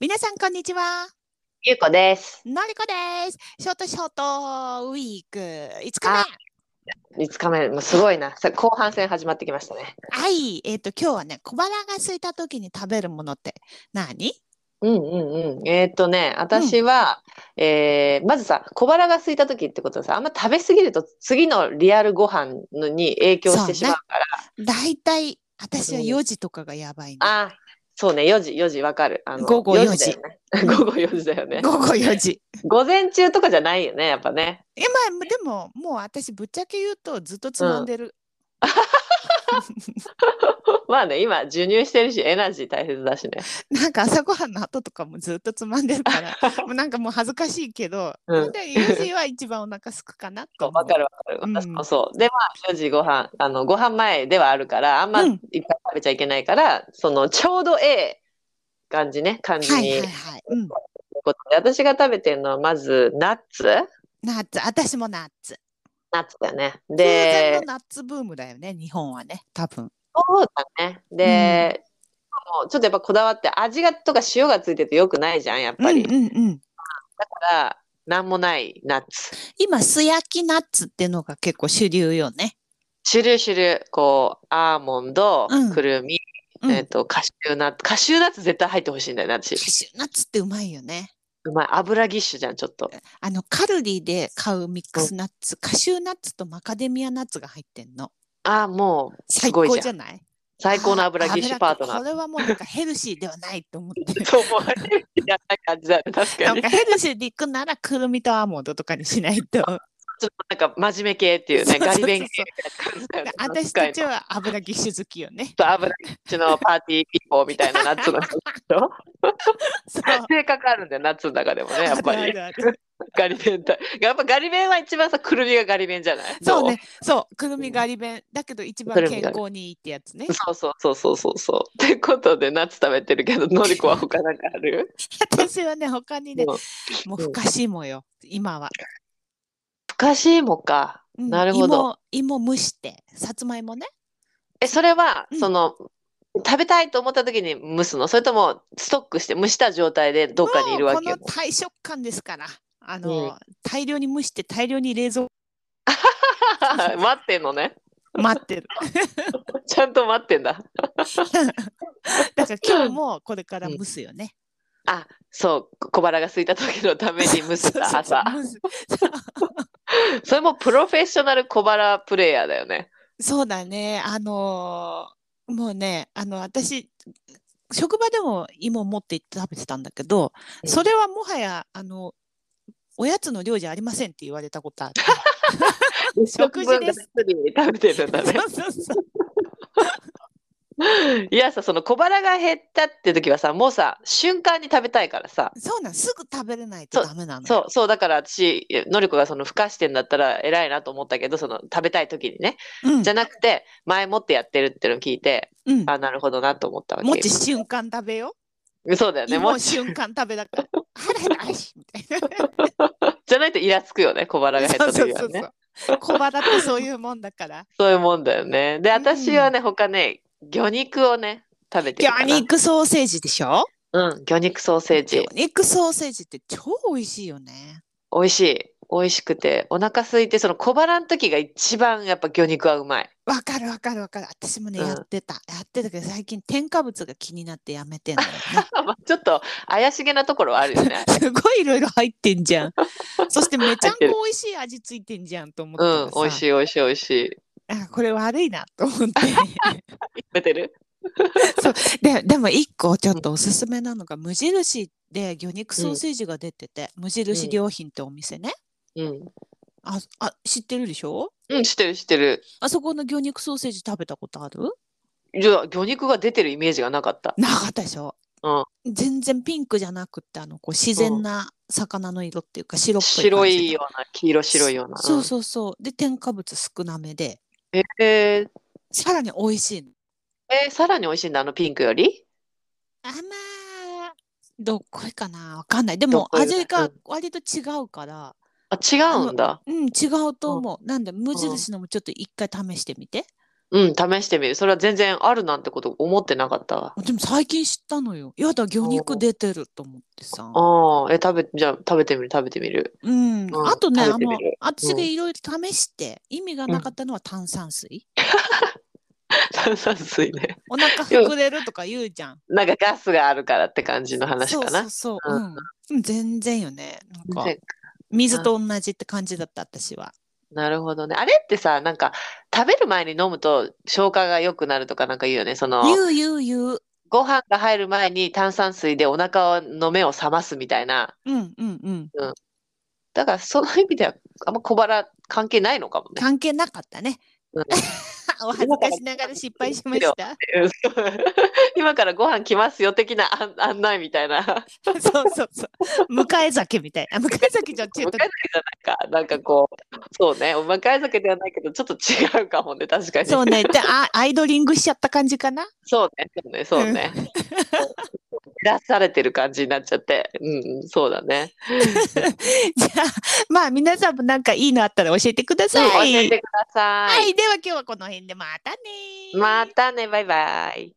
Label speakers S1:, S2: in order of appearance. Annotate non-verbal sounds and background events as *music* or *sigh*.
S1: 皆さん、こんにちは。
S2: ゆうこです。
S1: のりこです。ショートショートウィーク5日
S2: 5日目、もうすごいな。さ後半戦始まってきましたね。
S1: 目。はい。えっ、と、今日はね、小腹が空いた時に食べるものって何
S2: うんうんうん。えーっとね、私は、えーまずさ、小腹が空いた時ってことはさ、あんま食べ過ぎると次のリアルご飯のに影響してしまうから。
S1: 大体、私は
S2: うん
S1: 4時とかがやばいの。
S2: あそうね、4時、4時わかる。あの
S1: 午後4時
S2: だよね午後4時だよね。
S1: 午後4時。
S2: 午前中とかじゃないよね、やっぱね。
S1: え、まあ、でも、もう私、ぶっちゃけ言うと、ずっとつまんで
S2: *laughs*
S1: る。
S2: まあね、今、授乳してるし、エナジー大切だしね。
S1: なんか朝ごはんの後とかもずっとつまんでる
S2: *laughs*
S1: から、もうなんかもう恥ずかしいけど、
S2: うん
S1: 本当に4時は一番お腹すくかなと
S2: そう
S1: 思う。
S2: *laughs* わかるわかる。
S1: うん
S2: 私もそう。で、まあ、4時ご飯、あの、ご飯前ではあるから、あんま
S1: う
S2: いっ
S1: ん
S2: ぱい食べちゃいけないから、その、ちょうどええ感じね、感じ
S1: はい
S2: に
S1: はい。はい。うん。
S2: ことで私が食べてるのは、まず、ナッツ
S1: ナッツ、私もナッツ。
S2: ナッツだよね。
S1: 空前
S2: で
S1: の、ナッツブームだよね、日本はね、多分。
S2: そうだね。で、もうちょっとやっぱこだわって、味がとか塩がついてると良くないじゃん、やっぱり。だ
S1: うんうんうん。
S2: から、なんもないナッツ。
S1: 今、素焼きナッツっていうのが結構主流よね。
S2: シュルシュル、こう、アーモンド
S1: うん、
S2: くるみ、
S1: うん
S2: えっと、カシューナッツ。カシューナッツ絶対入ってほしいんだよね、私
S1: カ。シューナッツってうまいよね。
S2: うまい。油ぎっしゅじゃん、ちょっと。
S1: あの、カルディで買うミックスナッツ、カシューナッツとマカデミアナッツが入ってんの。
S2: ああ、もう、す
S1: 最
S2: ご
S1: 高
S2: いじゃん
S1: じゃない
S2: 最高の油ぎっしゅパートナ
S1: こ
S2: ー。
S1: れはもうなんかヘルシーではないと思って。
S2: *laughs* そう思われるじゃない感じだよね、確か
S1: な
S2: に。
S1: ん
S2: ちょ
S1: か
S2: っ
S1: ヘルシーでいくならくるみとアーモンドとかにしないと。
S2: となんか真面目系っていうね、
S1: そうそうそ
S2: ガ
S1: うそう
S2: リ勉強みたいな感
S1: 私
S2: じだよね。
S1: たちは油ぎっしゅ好きよね。
S2: と油ぎっしゅのパーティーピーポーみたいなナッツの人でし
S1: *laughs*
S2: ょ
S1: そう。
S2: 性格あるんだよ、ナッツの中でもね、やっぱ
S1: あ
S2: り。
S1: るあるある
S2: ガリ弁だ。やっぱガリ弁は一番さ、くるみがガリ弁じゃない
S1: そうね。、そう、くるみがり弁。だけど一番
S2: くるみ
S1: 健
S2: がり
S1: 康にいいってやつね
S2: どう。そうそうそうそうそうそう。ってことで、ナッツ食べてるけど、のりこは他なんかある
S1: *laughs* 私はね、他にね、
S2: うん
S1: もう
S2: うん
S1: ふかし芋よ、今は。
S2: ふかしいもか。
S1: うん
S2: なるほど。
S1: 芋芋蒸して、さつまいもね。
S2: え、それは
S1: う、ん
S2: その、食べたいと思った時に蒸すのそれとも、ストックして蒸した状態でどっかにいるわ
S1: もうこ
S2: け
S1: の大食感ですから。あ
S2: う
S1: の、
S2: ん
S1: 大量に蒸して、大量に冷蔵
S2: *laughs* 待ってんのね。
S1: 待ってる。
S2: ちゃんと待ってんだ。
S1: だから今日もこれから蒸すよね。
S2: あ、そう、小腹が空いた時のために蒸すんだ、
S1: そうそう
S2: 朝。
S1: 蒸すそう
S2: それもプロフェッショナル小腹プレイヤーだよね。
S1: そうだね。あのーもうね、あの、私、職場でも芋持って行って食べてたんだけど、
S2: うん
S1: それはもはや、あの、おやつの量じゃありませんって言われたことある。食事です
S2: 一食分がっつり食べてるんだね。
S1: そうそうそう
S2: いやさ、その小腹が減ったって時はさ、もうさ、瞬間に食べたいからさ。
S1: そうなん、すぐ食べれないとダメなのよ。
S2: そうそう、だから私、のりこがその、ふかしてんだったら偉いなと思ったけど、その、食べたい時にね。
S1: うん
S2: じゃなくて前もってやってるってのを聞いて
S1: うん。
S2: あなるほどなと思ったわけ
S1: もち瞬間食べよ。
S2: そうだよね
S1: 芋
S2: もち
S1: 瞬間食べだから。腹減ったしみたいな。
S2: じゃないとイラつくよね小腹が減った時はねそう
S1: そう。小腹ってそういうもんだ
S2: *laughs*
S1: から。
S2: いうもんだよねで
S1: うん
S2: 私はね、他ね魚肉をね食べてるか
S1: 魚
S2: な
S1: 肉ソーセージでしょ
S2: うん、魚肉ソーセージ
S1: 魚肉ソーセージって超美味しいよね。
S2: 美味しい美味しくてお腹空いてその小腹の時が一番やっぱ魚肉はうまい *laughs*
S1: わかるわかるわかる。私もね、
S2: うん。
S1: やってた。やってたけど、最近添加物が気になってやめてんだよね
S2: *laughs* まあちょっと怪しげなところはあ
S1: *laughs*
S2: るよね
S1: すごいいろいろ入ってんじゃん。そしてめちゃんこ
S2: 入ってる
S1: 美味しい味ついてんじゃんと思って
S2: うん。美味しい
S1: い。
S2: 美味しい美味しい
S1: あこれ悪いなと思って。 *laughs*
S2: 食べてる
S1: ででも一個ちょっとおすすめなのが無印で魚肉ソーセージが出てて、無印良品ってお店ね。
S2: うん、
S1: ああ知ってるでしょ
S2: うん、してるしてる
S1: あそこの魚肉ソーセージ食べたことある
S2: じゃあ魚肉が出てるイメージがなかった
S1: なかったでしょ、
S2: うん
S1: 全然ピンクじゃなくってあのこう自然な魚の色っていうか白っぽい
S2: 白
S1: 感じ
S2: い
S1: で
S2: ような黄色白いような
S1: そ
S2: うん
S1: うそうそうで添加物少なめで
S2: えー、え
S1: さらに美味しいの
S2: ーさらに美味しいんだ、あのピンクより
S1: あまあどっこいかなわかんないで
S2: どっ
S1: も
S2: こいよね
S1: 味
S2: う
S1: が
S2: ん
S1: 割と違うから
S2: あ、違うんだ。
S1: うん違うと思うなんで無印のもちょっと一回試してみて
S2: うん、試してみる。それは全然あるなんてこと思ってなかったわ。
S1: でも最近知ったのよ。やだ、魚肉出てると思ってさ。
S2: ああ、え、食べ、じゃあ食べてみる、食べてみ
S1: *laughs*
S2: る。
S1: うん。
S2: うん
S1: あとね、あ
S2: 食べて
S1: の
S2: みる、
S1: 私がいろいろ試して、意味がなかったのは炭酸水。
S2: 炭酸水ね。
S1: お腹膨れるとか言うじゃん。
S2: なんかガスがあるからって感じの話
S1: そう
S2: か
S1: そ
S2: な
S1: う。そう。うん。うん全然よね。なんか
S2: ね、
S1: 水と同じって感じだった、私は。
S2: なるほどね。あれってさ、なんか食べる前に飲むと消化が良くなるとかなんか言うよね。その、
S1: 言う言う言う。
S2: ご飯が入る前に炭酸水でお腹の目を覚ますみたいな。
S1: うんうんうん。
S2: だからその意味ではあんま小腹関係ないのかもね。 *laughs*
S1: 関係なかったね。
S2: うん
S1: *laughs* お恥ずかしながら失敗しました。
S2: 今からご飯来ますよ的な案案内みたいな。 *laughs*
S1: *laughs* そうそうそう。迎え酒みたいな。迎え酒じゃちょ
S2: 迎
S1: っと
S2: え酒じゃないか。なんかこう、そうね。お迎え酒ではないけど、ちょっと違うかもね。確かに。
S1: そうね。で、あ、アイドリングしちゃった感じかな。 *laughs*
S2: そうね。そうね。そうね。照らされてる感じになっちゃって。うんうん、そうだね。
S1: じゃあ、まあ皆さんもなんかいいのあったら教えてください。
S2: 教えてくださ。
S1: はいい。では今日はこの辺でまたね。
S2: またね。バイバイ。